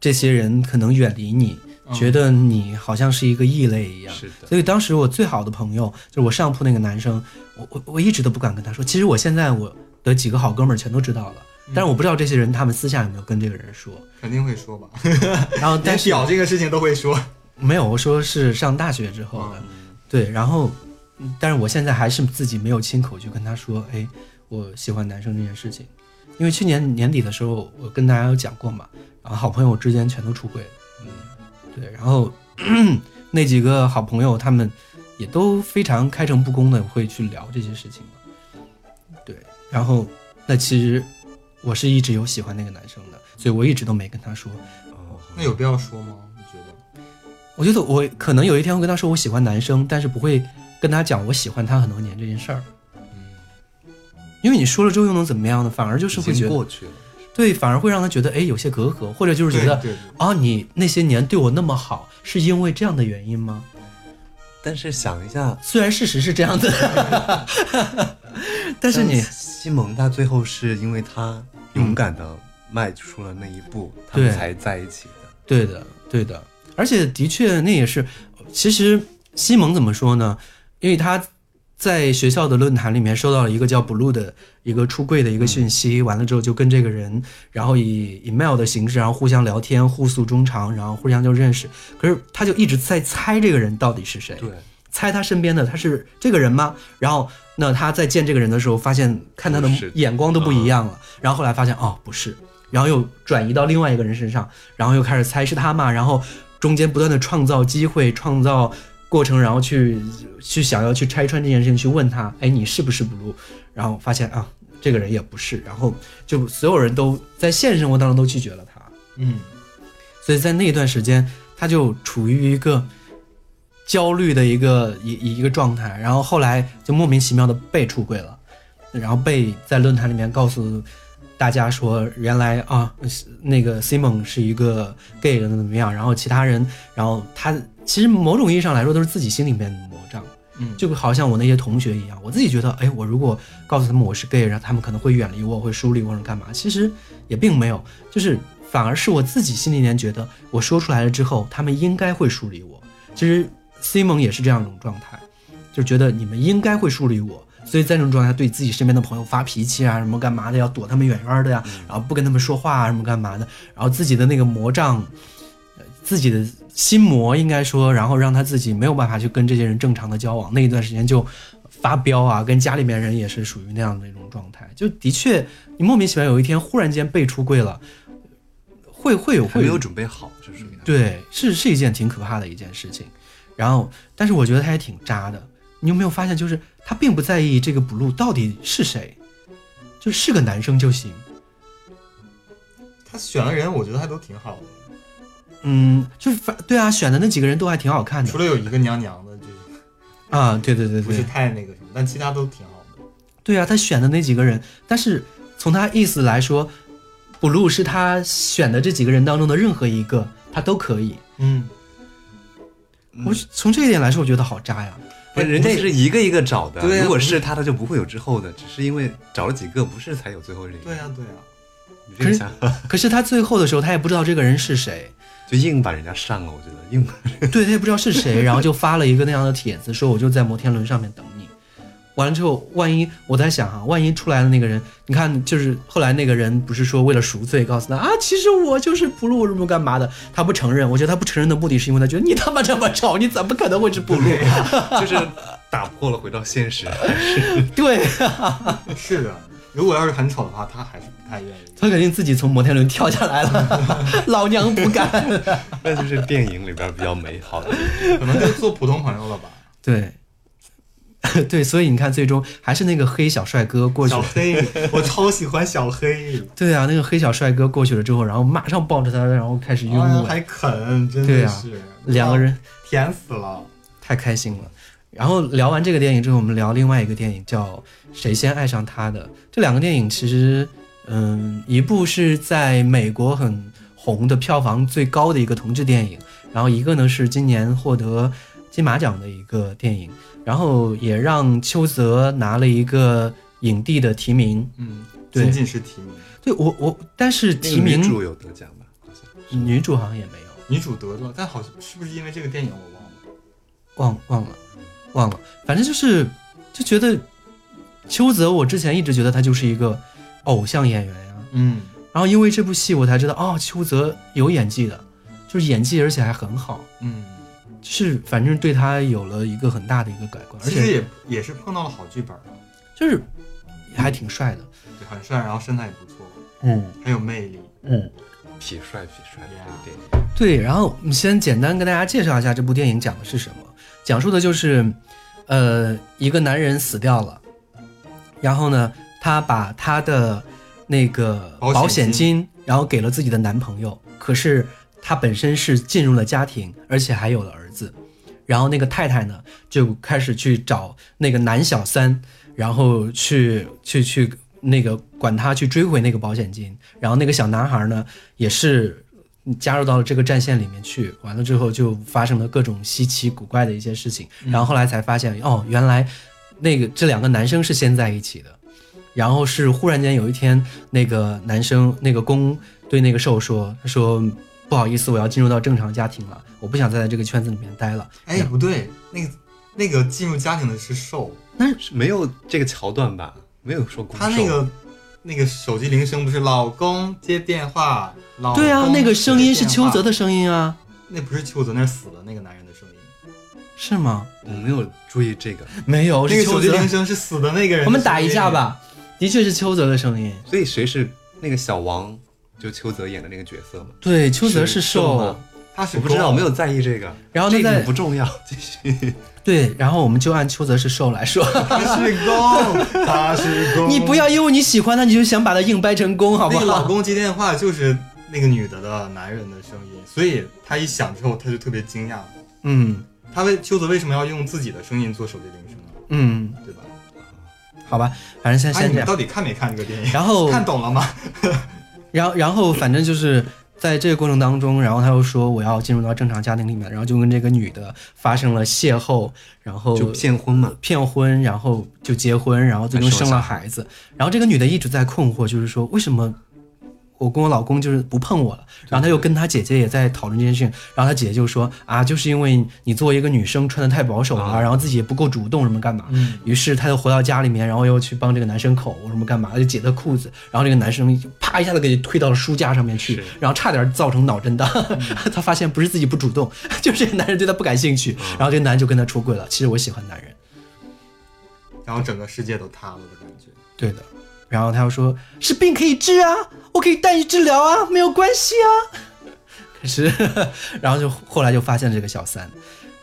Speaker 4: 这些人可能远离你，
Speaker 5: 嗯
Speaker 4: 觉得你好像是一个异类一样。
Speaker 3: 是的，
Speaker 4: 所以当时我最好的朋友就是我上铺那个男生，我我我一直都不敢跟他说。其实我现在我的几个好哥们儿全都知道了，但是我不知道这些人他们私下有没有跟这个人说。
Speaker 5: 肯定会说吧，
Speaker 4: 然后但
Speaker 5: 连
Speaker 4: 是
Speaker 5: 屌这个事情都会说。啊
Speaker 4: 没有，我说是上大学之后
Speaker 5: 嗯
Speaker 4: 的，对。然后，嗯但是我现在还是自己没有亲口去跟他说，哎，我喜欢男生这件事情，因为去年年底的时候我跟大家有讲过嘛，然后好朋友之间全都出轨了。嗯对，然后 那几个好朋友他们也都非常开诚布公的会去聊这些事情嘛对，然后那其实我是一直有喜欢那个男生的，所以我一直都没跟他说。
Speaker 3: 哦
Speaker 5: 那有必要说吗？你觉得？
Speaker 4: 我觉得我可能有一天会跟他说我喜欢男生，但是不会跟他讲我喜欢他很多年这件事儿。因为你说了之后又能怎么样呢？反而就是会
Speaker 3: 已
Speaker 4: 觉
Speaker 3: 经
Speaker 4: 得
Speaker 3: 过去了。
Speaker 4: 对，反而会让他觉得哎有些隔阂，或者就是觉
Speaker 5: 对
Speaker 4: 得
Speaker 5: 对，
Speaker 4: 啊你那些年对我那么好，是因为这样的原因吗？
Speaker 3: 但是想一下，
Speaker 4: 虽然事实是这样的， 但是你嗯
Speaker 3: 像西蒙他最后是因为他勇敢的迈出了那一步，他们
Speaker 4: 对
Speaker 3: 才在一起的。
Speaker 4: 对的，对的，而且的确那也是，其实西蒙怎么说呢？因为他在学校的论坛里面收到了一个叫 Blue 的一个出柜的一个讯
Speaker 3: 嗯
Speaker 4: 息，完了之后就跟这个人，然后以 email 的形式，然后互相聊天，互诉衷肠，然后互相就认识。可是他就一直在猜这个人到底是谁，
Speaker 3: 对，
Speaker 4: 猜他身边的他是这个人吗？然后那他在见这个人的时候，发现看他的
Speaker 3: 不是嗯
Speaker 4: 眼光都不一样了，然后后来发现哦不是，然后又转移到另外一个人身上，然后又开始猜是他嘛，然后中间不断的创造机会，创造。过程，然后去去想要去拆穿这件事情，去问他，哎，你是不是 blue？然后发现啊，这个人也不是，然后就所有人都在现实生活当中都拒绝了他，
Speaker 5: 嗯，
Speaker 4: 所以在那段时间，他就处于一个焦虑的一个一一个状态，然后后来就莫名其妙的被出轨了，然后被在论坛里面告诉大家说，原来啊，那个 Simon 是一个 gay 怎么怎么样，然后其他人，然后他其实某种意义上来说都是自己心里面的魔障。
Speaker 5: 嗯
Speaker 4: 就好像我那些同学一样，我自己觉得，哎，我如果告诉他们我是 gay，然后他们可能会远离我，会疏离我，或者干嘛？其实也并没有，就是反而是我自己心里面觉得，我说出来了之后，他们应该会疏离我。其实 Simon 也是这样一种状态，就觉得你们应该会疏离我，所以在这种状态下对自己身边的朋友发脾气啊，什么干嘛的，要躲他们远远的呀、然后不跟他们说话啊，什么干嘛的，然后自己的那个魔障，呃自己的心魔应该说，然后让他自己没有办法去跟这些人正常的交往，那一段时间就发飙啊，跟家里面人也是属于那样的一种状态，就的确你莫名其妙有一天忽然间被出柜了，会会有
Speaker 3: 还
Speaker 4: 会
Speaker 3: 没有准备好，就属于他。
Speaker 4: 对，是是一件挺可怕的一件事情。然后，但是我觉得他也挺渣的。你有没有发现，就是他并不在意这个 blue 到底是谁，就是个男生就行。
Speaker 5: 他选的人我觉得还都挺好的，
Speaker 4: 嗯，就是反对啊，选的那几个人都还挺好看
Speaker 5: 除
Speaker 4: 的
Speaker 5: 了有一个娘娘的，就是
Speaker 4: 啊。对对对
Speaker 5: 不是
Speaker 4: 对，
Speaker 5: 太那个什么，但其他都挺好的。
Speaker 4: 对啊，他选的那几个人，但是从他意思来说，blue 是他选的这几个人当中的任何一个，他都可以。
Speaker 5: 嗯，
Speaker 4: 我从这一点来说，我觉得好渣呀。
Speaker 3: 不是，人家也是一个一个找的。
Speaker 5: 对啊
Speaker 3: 如果是他，他就不会有之后的，只是因为找了几个，不是才有最后这一个。
Speaker 4: 啊
Speaker 5: 对呀、对呀、
Speaker 3: 你这个想法
Speaker 4: 可是他最后的时候，他也不知道这个人是谁。
Speaker 3: 就硬把人家上了，我觉得硬把。
Speaker 4: 对他也不知道是谁，然后就发了一个那样的帖子，说我就在摩天轮上面等你。完了之后，万一我在想哈、万一出来的那个人，你看，就是后来那个人不是说为了赎罪，告诉他啊，其实我就是不录，我什么干嘛的，他不承认。我觉得他不承认的目的是因为他觉得你他妈这么丑，你怎么可能会是不录？
Speaker 3: 就是打破了回到现实。
Speaker 4: 对
Speaker 5: 是的。如果要是很丑的话，他还是不太愿意。
Speaker 4: 他肯定自己从摩天轮跳下来了，老娘不干。
Speaker 3: 那就是电影里边比较美 好的。
Speaker 5: 可能就做普通朋友了吧。
Speaker 4: 对， 对，所以你看，最终还是那个黑小帅哥过去
Speaker 5: 小
Speaker 4: 了。
Speaker 5: 黑，我超喜欢小黑，
Speaker 4: 对啊，那个黑小帅哥过去了之后，然后马上抱着他，然后开始拥
Speaker 5: 啊
Speaker 4: 吻，
Speaker 5: 还啃，真
Speaker 4: 对
Speaker 5: 的
Speaker 4: 啊
Speaker 5: 是、
Speaker 4: 两个人
Speaker 5: 甜死了。
Speaker 4: 太开心了。然后聊完这个电影之后，我们聊另外一个电影叫《谁先爱上他的》。这两个电影其实，嗯，一部是在美国很红的、票房最高的一个同志电影，然后一个呢是今年获得金马奖的一个电影，然后也让邱泽拿了一个影帝的提名。
Speaker 5: 嗯，
Speaker 4: 对
Speaker 5: 仅仅是提名，
Speaker 4: 对我我，但是
Speaker 3: 那个
Speaker 4: 提名
Speaker 3: 女主有得奖吧？好像
Speaker 4: 女主好像也没有。
Speaker 5: 女主得了，但好像是不是因为这个电影我忘了。
Speaker 4: 忘忘了，忘了，反正就是就觉得邱泽，我之前一直觉得他就是一个偶像演员呀、
Speaker 5: 嗯，
Speaker 4: 然后因为这部戏，我才知道哦，邱泽有演技的，就是演技，而且还很好，
Speaker 5: 嗯，
Speaker 4: 就是反正对他有了一个很大的一个改观，而
Speaker 5: 其实
Speaker 4: 且
Speaker 5: 也也是碰到了好剧本啊，
Speaker 4: 就是还挺帅的，
Speaker 5: 对，很帅，然后身材也不错，
Speaker 4: 嗯
Speaker 5: 很有魅力。
Speaker 4: 嗯。
Speaker 3: 痞帅痞帅这个电影。
Speaker 4: 对，然后我们先简单跟大家介绍一下这部电影讲的是什么。讲述的就是，呃，一个男人死掉了，然后呢，他把他的那个
Speaker 5: 保险
Speaker 4: 保险
Speaker 5: 金
Speaker 4: 金，然后给了自己的男朋友。可是他本身是进入了家庭，而且还有了儿子。然后那个太太呢，就开始去找那个男小三，然后去去去那个管他去追回那个保险金。然后那个小男孩呢，也是加入到了这个战线里面去。完了之后，就发生了各种稀奇古怪的一些事情。然后后来才发现，哦，原来那个这两个男生是先在一起的。然后是忽然间有一天，那个男生那个公对那个兽说：“他说不好意思，我要进入到正常家庭了，我不想再在这个圈子里面待了。
Speaker 5: 哎，不对，那个那个进入家庭的是瘦，
Speaker 3: 是没有这个桥段吧？没有说攻
Speaker 5: 他那
Speaker 3: 受
Speaker 5: 个那个手机铃声不是老公接电话，老公
Speaker 4: 对啊，那个声音是
Speaker 5: 接电
Speaker 4: 邱
Speaker 5: 话
Speaker 4: 泽，的声音啊，
Speaker 5: 那不是邱泽，那是死了那个男人的声音。
Speaker 4: 是吗？
Speaker 3: 我没有注意这个，
Speaker 4: 没有，
Speaker 5: 那
Speaker 4: 哦是
Speaker 5: 个
Speaker 4: 邱
Speaker 5: 手机
Speaker 4: 泽。
Speaker 5: 铃声是死的那个人。
Speaker 4: 我们打一架。吧，的确是邱泽的声音。
Speaker 3: 所以谁是那个小王？就邱泽演的那个角色嘛？
Speaker 4: 对，邱泽是
Speaker 3: 瘦
Speaker 4: 瘦
Speaker 3: 吗，？
Speaker 5: 他是
Speaker 3: 我不知道，我没
Speaker 5: 有。
Speaker 3: 有在意这个。
Speaker 4: 然后他
Speaker 3: 这个
Speaker 4: 在
Speaker 3: 不重要， 继续。
Speaker 4: 对，然后我们就按邱泽是瘦来 说。
Speaker 5: 他是 公，他是公。
Speaker 4: 你不要因为你喜欢他，你就想把他硬掰成功，好不
Speaker 5: 那个老
Speaker 4: 好？
Speaker 5: 公接电话就是那个女的的男人的声音，所以他一响之后，他就特别惊讶。
Speaker 4: 嗯
Speaker 5: 他为邱泽为什么要用自己的声音做手机铃声呢？
Speaker 4: 嗯，
Speaker 5: 对吧？
Speaker 4: 好吧，反正先先
Speaker 5: 哎，你
Speaker 4: 这
Speaker 5: 们
Speaker 4: 样。哦
Speaker 5: 到底看没看这个电影？
Speaker 4: 然后，
Speaker 5: 看懂了吗？
Speaker 4: 然后，然后，反正就是在这个过程当中，然后他又说我要进入到正常家庭里面，然后就跟这个女的发生了邂逅，然后
Speaker 3: 就骗婚嘛，
Speaker 4: 骗婚，然后就结婚，然后最终
Speaker 3: 还生
Speaker 4: 生
Speaker 3: 了
Speaker 4: 了孩子。然后这个女的一直在困惑，就是说为什么我跟我老公就是不碰我了？然后她又跟她姐姐也在讨论这件事情，然后她姐姐就说啊，就是因为你作为一个女生穿的太保守了，
Speaker 3: 啊
Speaker 4: 然后自己也不够主动，什么干嘛？
Speaker 5: 嗯
Speaker 4: 于是她就回到家里面，然后又去帮这个男生口什么干嘛，就解他裤子，然后这个男生就啪一下子给推到了书架上面去
Speaker 3: 是，嗯
Speaker 4: 然后差点造成脑震荡。 她发现不是自己不主动， 就是这个男人对她不感兴趣，
Speaker 3: 嗯
Speaker 4: 然后这个男人就跟她出柜了。其实我喜欢男人。
Speaker 5: 然后整个世界都塌了的感觉。
Speaker 4: 对的。然后他又说：“是病可以治啊，我可以带你治疗啊，没有关系啊。” 可是，然后就后来就发现这个小三，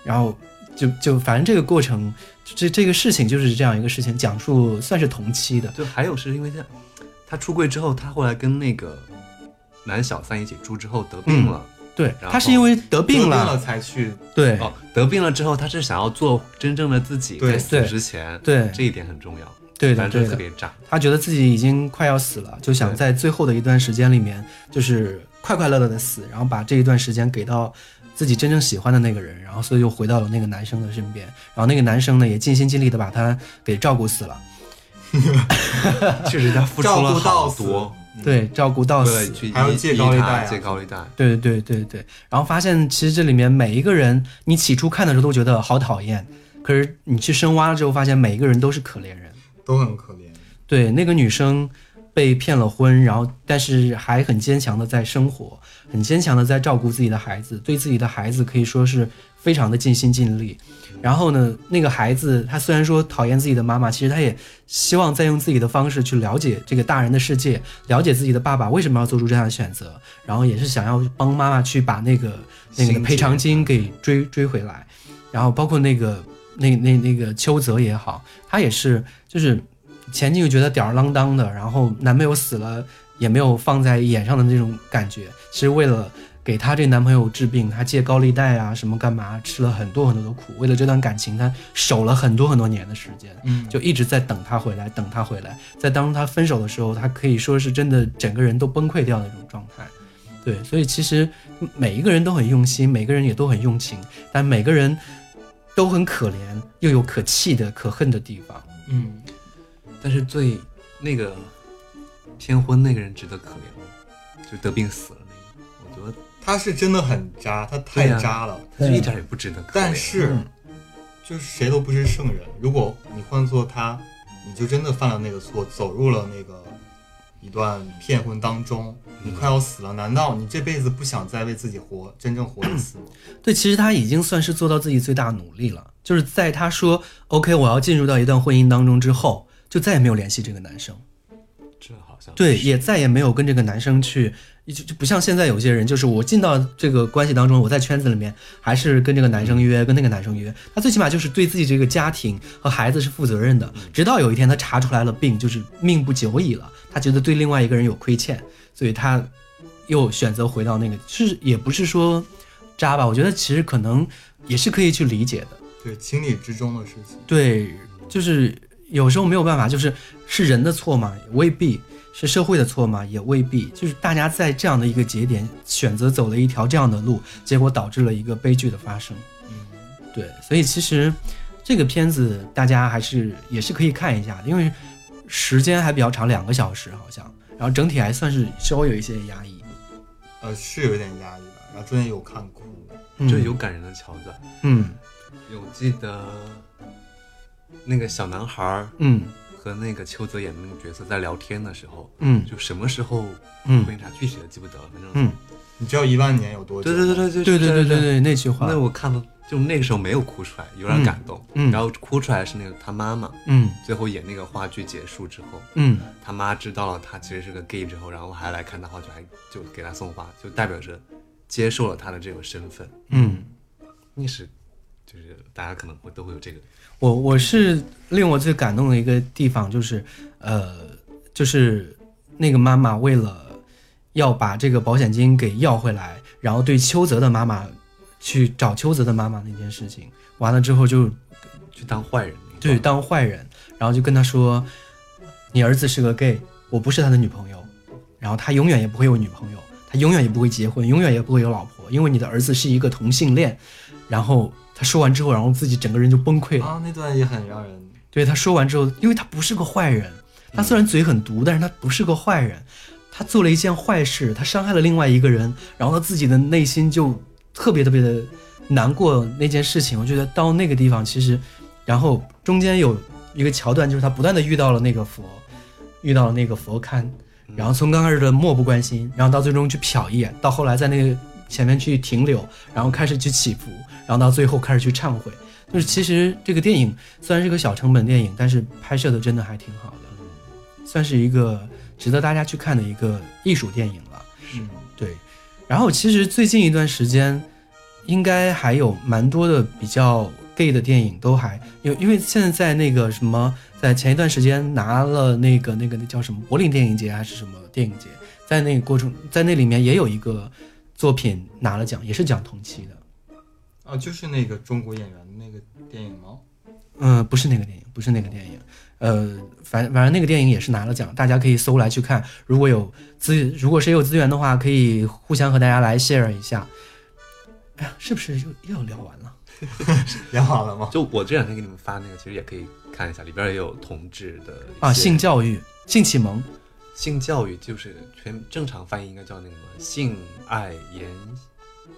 Speaker 4: 然后就就反正这个过程，这这个事情就是这样一个事情，讲述算是同期的。
Speaker 3: 就还有是因为他他出柜之后，他后来跟那个男小三一起住之后得病了。
Speaker 4: 对
Speaker 3: 然后
Speaker 4: 他是因为得病
Speaker 5: 了，
Speaker 4: 了，
Speaker 5: 病了才去。
Speaker 4: 嗯对、
Speaker 3: 哦，得病了之后，他是想要做真正的自己，
Speaker 5: 对
Speaker 3: 在死
Speaker 4: 对
Speaker 3: 之前，
Speaker 4: 对
Speaker 3: 这一点很重要。
Speaker 4: 对的
Speaker 3: 反正
Speaker 4: 对
Speaker 3: 就特
Speaker 4: 的，
Speaker 3: 别炸。
Speaker 4: 他觉得自己已经快要死了，就想
Speaker 3: 对
Speaker 4: 在最后的一段时间里面，就是快快乐乐的死，然后把这一段时间给到自己真正喜欢的那个人，然后所以又回到了那个男生的身边，然后那个男生呢也尽心尽力的把他给照顾死了，
Speaker 3: 确实他付出
Speaker 5: 照
Speaker 3: 了
Speaker 5: 顾到
Speaker 3: 好
Speaker 5: 死
Speaker 3: 多，，
Speaker 4: 对，照顾到
Speaker 3: 嗯为了
Speaker 4: 死，
Speaker 3: 去
Speaker 5: 还要借高利贷啊
Speaker 3: 借高利贷。
Speaker 4: 对对对对，然后发现其实这里面每一个人，你起初看的时候都觉得好讨厌，可是你去深挖了之后，发现每一个人都是可怜人。
Speaker 5: 都很可怜。
Speaker 4: 对，那个女生被骗了婚，然后但是还很坚强的在生活，很坚强的在照顾自己的孩子，对自己的孩子可以说是非常的尽心尽力。然后呢，那个孩子他虽然说讨厌自己的妈妈，其实他也希望再用自己的方式去了解这个大人的世界，了解自己的爸爸为什么要做出这样的选择，然后也是想要帮妈妈去把那个那个
Speaker 3: 心
Speaker 4: 赔偿
Speaker 3: 结
Speaker 4: 金给追追回来。然后包括那个那那那个邱泽也好，他也是就是前女友觉得吊儿郎当的，然后男朋友死了也没有放在眼上的那种感觉，其实为了给她这男朋友治病，她借高利贷啊什么干嘛，吃了很多很多的苦，为了这段感情，她守了很多很多年的时间。
Speaker 5: 嗯，
Speaker 4: 就一直在等他回来，等他回来。在当他分手的时候，他可以说是真的整个人都崩溃掉的那种状态。对，所以其实每一个人都很用心，每个人也都很用情，但每个人都很可怜，又有可气的、可恨的地方。
Speaker 5: 嗯，
Speaker 3: 但是最那个骗婚那个人值得可怜吗？就得病死了那个，我觉得
Speaker 5: 他是真的很渣，他太
Speaker 3: 对呀
Speaker 5: 渣了。
Speaker 3: 他就一点也不值得可怜。
Speaker 5: 但是，就是谁都不是圣人。如果你换做他，你就真的犯了那个错，走入了那个一段骗婚当中，你快要死了。难道你这辈子不想再为自己活，真正活一次吗？
Speaker 4: 对，其实他已经算是做到自己最大努力了。就是在他说 “OK，我要进入到一段婚姻当中”之后，就再也没有联系这个男生。
Speaker 3: 这好像
Speaker 4: 对，嗯也再也没有跟这个男生去，就就不像现在有些人，就是我进到这个关系当中，我在圈子里面还是跟这个男生约，跟那个男生约，他最起码就是对自己这个家庭和孩子是负责任的。直到有一天他查出来了病，就是命不久矣了，他觉得对另外一个人有亏欠，所以他又选择回到那个，是也不是说渣吧，我觉得其实可能也是可以去理解的。
Speaker 5: 对，情理之中的事情。
Speaker 4: 对，就是有时候没有办法，就是是人的错嘛，也未必是社会的错嘛，也未必。就是大家在这样的一个节点选择走了一条这样的路，结果导致了一个悲剧的发生。
Speaker 5: 嗯，
Speaker 4: 对，所以其实这个片子大家还是也是可以看一下的，因为时间还比较长，两个小时好像，然后整体还算是稍微有一些压抑。
Speaker 5: 呃，是有点压抑吧。然后中间有看哭，
Speaker 4: 嗯
Speaker 3: 就有感人的桥段。
Speaker 4: 嗯，
Speaker 3: 我记得那个小男孩儿
Speaker 4: 嗯
Speaker 3: 和那个邱泽演的那个角色在聊天的时候，
Speaker 4: 嗯
Speaker 3: 就什么时候
Speaker 4: 嗯
Speaker 3: 婚姻啥具体的记不得了，反正
Speaker 4: 嗯，
Speaker 5: 你知道一万年有多久
Speaker 3: 对
Speaker 5: 吗？
Speaker 3: 对对对对
Speaker 4: 对对对对对，那句话
Speaker 3: 那，我看到就那个时候没有哭出来，有点感动，
Speaker 4: 嗯嗯
Speaker 3: 然后哭出来是那个他妈妈，
Speaker 4: 嗯
Speaker 3: 最后演那个话剧结束之后，
Speaker 4: 嗯
Speaker 3: 他妈知道了他其实是个 gay 之后，然后还来看他话剧，还就给他送花，就代表着接受了他的这个身份。
Speaker 4: 嗯，
Speaker 3: 那是，就是大家可能会都会有这个，
Speaker 4: 我我是令我最感动的一个地方就是，呃，就是那个妈妈为了要把这个保险金给要回来，然后对邱泽的妈妈去找邱泽的妈妈那件事情，完了之后就
Speaker 3: 去当坏人那个。
Speaker 4: 对，当坏人，然后就跟他说：“你儿子是个 gay，我不是他的女朋友，然后他永远也不会有女朋友，他永远也不会结婚，永远也不会有老婆，因为你的儿子是一个同性恋。”然后他说完之后，然后自己整个人就崩溃了。
Speaker 5: 啊，那段也很让人
Speaker 4: 对他说完之后，因为他不是个坏人，他虽然嘴很毒，但是他不是个坏人。他做了一件坏事，他伤害了另外一个人，然后他自己的内心就特别特别的难过那件事情。我觉得到那个地方，其实，然后中间有一个桥段，就是他不断的遇到了那个佛，遇到了那个佛龛，然后从刚开始的漠不关心，然后到最终去瞟一眼，到后来在那个前面去停留，然后开始去祈福，然后到最后开始去忏悔。就是其实这个电影虽然是个小成本电影，但是拍摄的真的还挺好的，算是一个值得大家去看的一个艺术电影了。
Speaker 5: 嗯
Speaker 4: 对，然后其实最近一段时间，应该还有蛮多的比较 gay 的电影都还有，因为现在在那个什么，在前一段时间拿了那个那个那叫什么柏林电影节还是什么电影节，在那个过程在那里面也有一个作品拿了奖，也是讲同期的，
Speaker 5: 啊，就是那个中国演员的那个电影吗？
Speaker 4: 嗯，不是那个电影，不是那个电影，呃，反反正那个电影也是拿了奖，大家可以搜来去看。如果有资，如果谁有资源的话，可以互相和大家来 share 一下。哎呀，是不是又又聊完了？
Speaker 5: 演好了吗？
Speaker 3: 就我这两天给你们发那个，其实也可以看一下，里边也有同志的一
Speaker 4: 啊，
Speaker 3: 些
Speaker 4: 性教育、性启蒙，
Speaker 3: 性教育，就是全正常翻译应该叫那个什么性爱研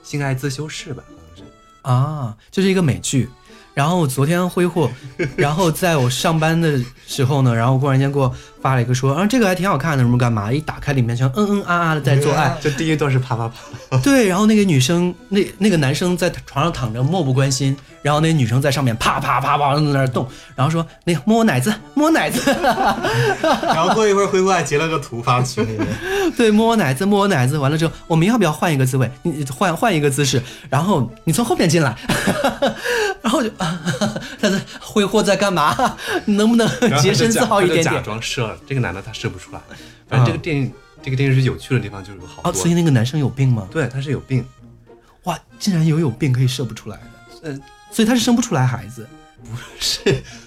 Speaker 3: 性爱自修室吧，好像是。
Speaker 4: 啊，这是一个美剧。然后昨天挥霍， 然后在我上班的时候呢，然后忽然间给我发了一个说，啊，这个还挺好看的，什么干嘛？一打开里面全嗯嗯啊啊的在做爱，
Speaker 3: 就第一段是啪啪啪，
Speaker 4: 对，然后那个女生，那那个男生在床上躺着漠不关心，然后那女生在上面啪啪啪啪在那儿动，然后说那个摸我奶子，摸我奶 子，
Speaker 5: 然后过一会儿回过来截了个图发群里面，
Speaker 4: 对，摸我奶子，摸我奶子，完了之后我们要不要换一个滋味？你你换换一个姿势，然后你从后面进来， 然后我就，啊、他在挥霍在干嘛？你能不能
Speaker 3: 然后他就
Speaker 4: 洁身自
Speaker 3: 假
Speaker 4: 好一
Speaker 3: 他就
Speaker 4: 点
Speaker 3: 假
Speaker 4: 点？
Speaker 3: 装射了，这个男的他射不出来。反正这个电影，这个电视剧有趣的地方就是有好
Speaker 4: 哦，所以
Speaker 3: 多，
Speaker 4: 那个男生有病吗？
Speaker 3: 对，他是有病，
Speaker 4: 哇，竟然有有病可以射不出来的，
Speaker 3: 呃，
Speaker 4: 所以他是生不出来孩子，
Speaker 3: 是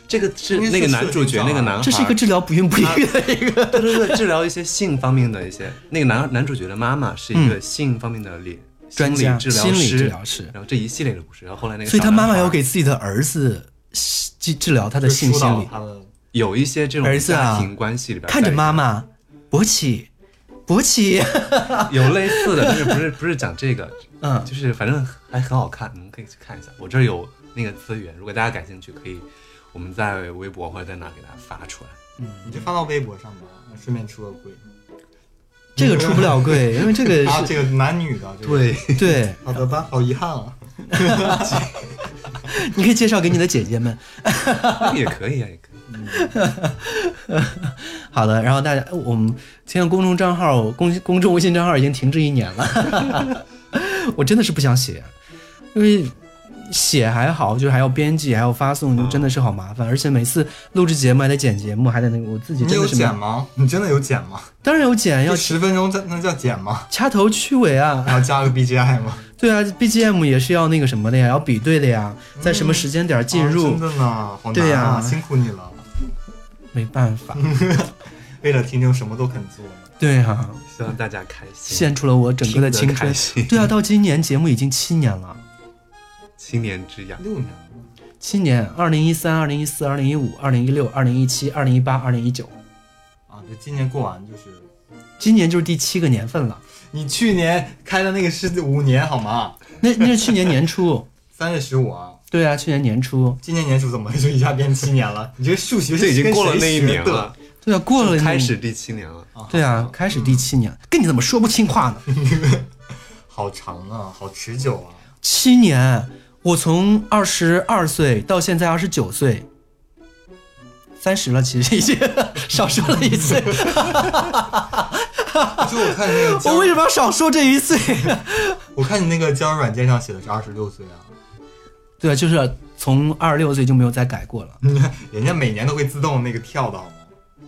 Speaker 3: 这个是
Speaker 5: 应该是
Speaker 3: 那个男主
Speaker 5: 社
Speaker 3: 角
Speaker 5: 群
Speaker 3: 那个
Speaker 5: 障碍
Speaker 3: 男孩，
Speaker 4: 这是一个治疗不孕不育的一个。
Speaker 3: 对对对，治疗一些性方面的一些，那个男男主角的妈妈是一个性方面的理
Speaker 4: 嗯专家、
Speaker 3: 心
Speaker 4: 心
Speaker 3: 理治疗
Speaker 4: 理
Speaker 3: 师，
Speaker 4: 治疗师，
Speaker 3: 然后这一系列的故事，然后后来那个
Speaker 4: 所以他
Speaker 3: 小男
Speaker 4: 妈妈
Speaker 3: 孩
Speaker 4: 要给自己的儿子治治疗他的
Speaker 5: 就
Speaker 4: 性
Speaker 5: 疏
Speaker 4: 心
Speaker 5: 导
Speaker 4: 理，
Speaker 5: 他们。
Speaker 3: 有一些这
Speaker 4: 儿
Speaker 3: 种
Speaker 4: 子啊
Speaker 3: 家庭关系里边，
Speaker 4: 看着妈妈勃起，勃起，
Speaker 3: 有类似的，就是不是不是讲这个，
Speaker 4: 嗯，
Speaker 3: 就是反正还很好看，你们可以去看一下。我这儿有那个资源，如果大家感兴趣，可以我们在微博或者在哪给大家发出来。
Speaker 5: 嗯
Speaker 4: 嗯
Speaker 5: 你就放到微博上吧，顺便出个轨。
Speaker 4: 这个出不了柜，因为这个
Speaker 5: 啊，
Speaker 4: 是
Speaker 5: 这个男女的，这个、，
Speaker 4: 对，
Speaker 5: 好的吧，好遗憾啊。
Speaker 4: 你可以介绍给你的姐姐们。
Speaker 3: 也可以啊，也可以。
Speaker 4: 好的，然后大家，呃我们现在公众账号、公公众微信账号已经停滞一年了， 我真的是不想写，因为写还好，就是还要编辑，还要发送，就真的是好麻烦，而且每次录制节目还得剪节目，还得那个，我自己
Speaker 5: 你
Speaker 4: 真
Speaker 5: 有
Speaker 4: 的是没
Speaker 5: 剪，吗？你真的有剪吗？
Speaker 4: 当然有剪，要
Speaker 5: 这十分钟这那叫剪吗？
Speaker 4: 掐头去尾啊，
Speaker 5: 然后加个 BGI 吗？
Speaker 4: 对啊，BGM 也是要那个什么的呀，要比对的呀，在什么时间点进
Speaker 5: 啊
Speaker 4: 入，
Speaker 5: 真的呢，好难啊，
Speaker 4: 对呀
Speaker 5: 辛苦你了。
Speaker 4: 没办法，
Speaker 5: 为了听众什么都肯做，
Speaker 4: 对啊，
Speaker 3: 希望大家开心，
Speaker 4: 献出了我整个的青
Speaker 3: 听得开
Speaker 4: 春。
Speaker 3: 心。
Speaker 4: 对啊，到今年节目已经七年了，
Speaker 3: 青年之痒，
Speaker 5: 六年了，
Speaker 4: 七年，二零一三、二零一四、二零一五、二零一六、二零一七、二零一八、二零一九，
Speaker 5: 啊，就今年过完就是。
Speaker 4: 今年就是第七个年份了。
Speaker 5: 你去年开的那个是五年好吗？
Speaker 4: 那那是去年年初，
Speaker 5: 三月十五啊，
Speaker 4: 对啊，去年年初，
Speaker 5: 今年年初怎么就一下变七年了？你这个数学
Speaker 3: 这已经
Speaker 5: 跟
Speaker 3: 过了
Speaker 5: 谁
Speaker 3: 那一
Speaker 5: 学
Speaker 3: 年
Speaker 5: 的
Speaker 3: 了，，
Speaker 4: 对啊，过了
Speaker 3: 就
Speaker 4: 一
Speaker 3: 开
Speaker 4: 年
Speaker 3: 始第七年了。
Speaker 4: 对啊，开始第七年，跟你怎么说不清话呢？
Speaker 5: 好长啊，好持久啊。
Speaker 4: 七年，我从二十二岁到现在二十九岁，三十了，其实已经少说了一 岁。
Speaker 5: 就我看那个交
Speaker 4: 我为什么要少说这一岁？
Speaker 5: 我看你那个交友软件上写的是二十六岁啊，
Speaker 4: 对啊，就是从二十六岁就没有再改过了，
Speaker 5: 人家每年都会自动那个跳的好吗？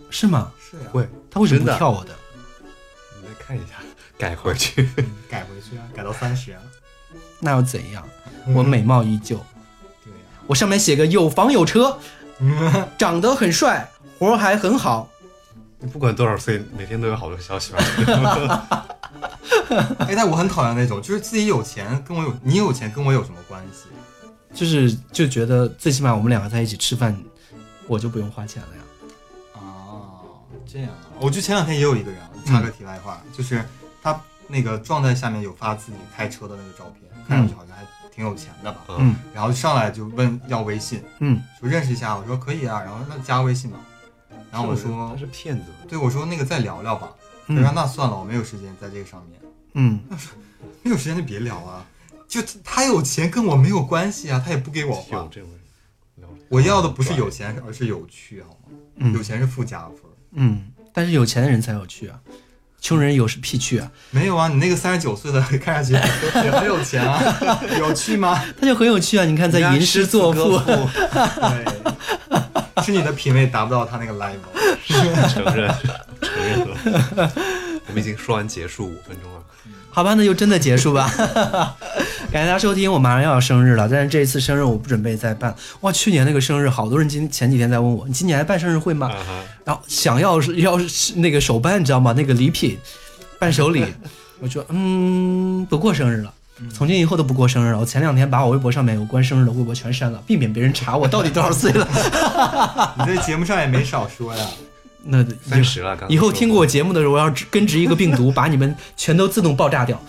Speaker 4: 是吗？
Speaker 5: 是啊呀、
Speaker 3: 会，
Speaker 4: 他为什么
Speaker 3: 真
Speaker 4: 不
Speaker 3: 的
Speaker 4: 跳我的？
Speaker 3: 你再看一下， 改回去。
Speaker 5: 改回去啊，改到三十啊。嗯
Speaker 4: 那又怎样？
Speaker 3: 嗯
Speaker 4: 我美貌依旧，
Speaker 5: 对呀、
Speaker 4: 我上面写个有房有车，
Speaker 5: 啊
Speaker 4: 长得很帅，活儿还很好。
Speaker 3: 你不管多少岁，每天都有好多消息吧？
Speaker 5: 哎，但我很讨厌那种，就是自己有钱跟我有你有钱跟我有什么关系？
Speaker 4: 就是就觉得最起码我们两个在一起吃饭，我就不用花钱了呀。
Speaker 5: 哦，这样啊！我就前两天也有一个人，
Speaker 4: 嗯
Speaker 5: 插个题外话，就是他那个状态下面有发自己开车的那个照片，看上去好像还挺有钱的吧。
Speaker 4: 嗯
Speaker 5: 然后上来就问要微信，
Speaker 4: 嗯，
Speaker 5: 说认识一下，我说可以啊，然后那加微信吧。 然后我说
Speaker 3: 他，是骗子吧，
Speaker 5: 对，我说那个再聊聊吧。他
Speaker 4: 嗯
Speaker 5: 说那算了，我没有时间在这个上面，
Speaker 4: 嗯，
Speaker 5: 没有时间就别聊啊。就他他有钱跟我没有关系啊，他也不给我
Speaker 3: 有
Speaker 5: 花。
Speaker 3: 这种人。聊天
Speaker 5: 我要的不是有钱，而是有趣，好吗？
Speaker 4: 嗯
Speaker 5: 有钱是附加分。
Speaker 4: 嗯，但是有钱的人才有趣啊，穷人有是屁趣啊。
Speaker 5: 没有啊，你那个三十九岁的 看上去也很有钱 啊，有趣吗？
Speaker 4: 他就很有趣啊！你看，在吟诗作 赋，
Speaker 5: 对，是你的品味达不到他那个 level。
Speaker 3: 承认，承认了。我们已经说完结束五分钟 了，
Speaker 4: 好吧，那就真的结束吧。 感谢大家收听，我马上要生日了，但是这一次生日我不准备再办。哇，去年那个生日，好多人今前几天在问我，你今年还办生日会吗？
Speaker 3: 啊哈，
Speaker 4: 然后想要是要是那个手办，你知道吗？那个礼品，伴手 礼，我说嗯，不过生日了。从今以后都不过生日了。我前两天把我微博上面有关生日的微博全删了，避免别人查我到底多少岁 了。
Speaker 5: 你在节目上也没少说呀，
Speaker 4: 那
Speaker 3: 三十了。刚才
Speaker 4: 以后
Speaker 3: 说
Speaker 4: 听过我节目的时候，我要植根植一个病毒， 把你们全都自动爆炸掉，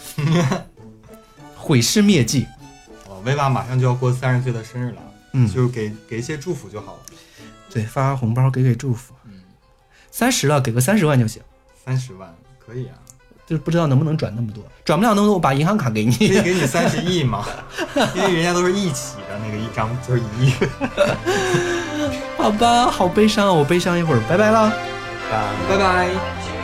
Speaker 4: 毁尸灭迹。
Speaker 5: 哦，薇娃马上就要过三十岁的生日了，啊
Speaker 4: 嗯
Speaker 5: 就是给给一些祝福就好了。
Speaker 4: 对，发红包给给祝福
Speaker 5: 嗯。
Speaker 4: 三十了，给个三十万就行，
Speaker 5: 三十万可以啊，
Speaker 4: 就不知道能不能转那么多，转不了那么多，我把银行卡给
Speaker 5: 可
Speaker 4: 你。
Speaker 5: 以给你三十亿嘛，因为人家都是一起的，那个一张就是一亿。
Speaker 4: 好吧，好悲伤啊，我悲伤一会儿，拜拜了。
Speaker 5: 拜拜。
Speaker 6: 就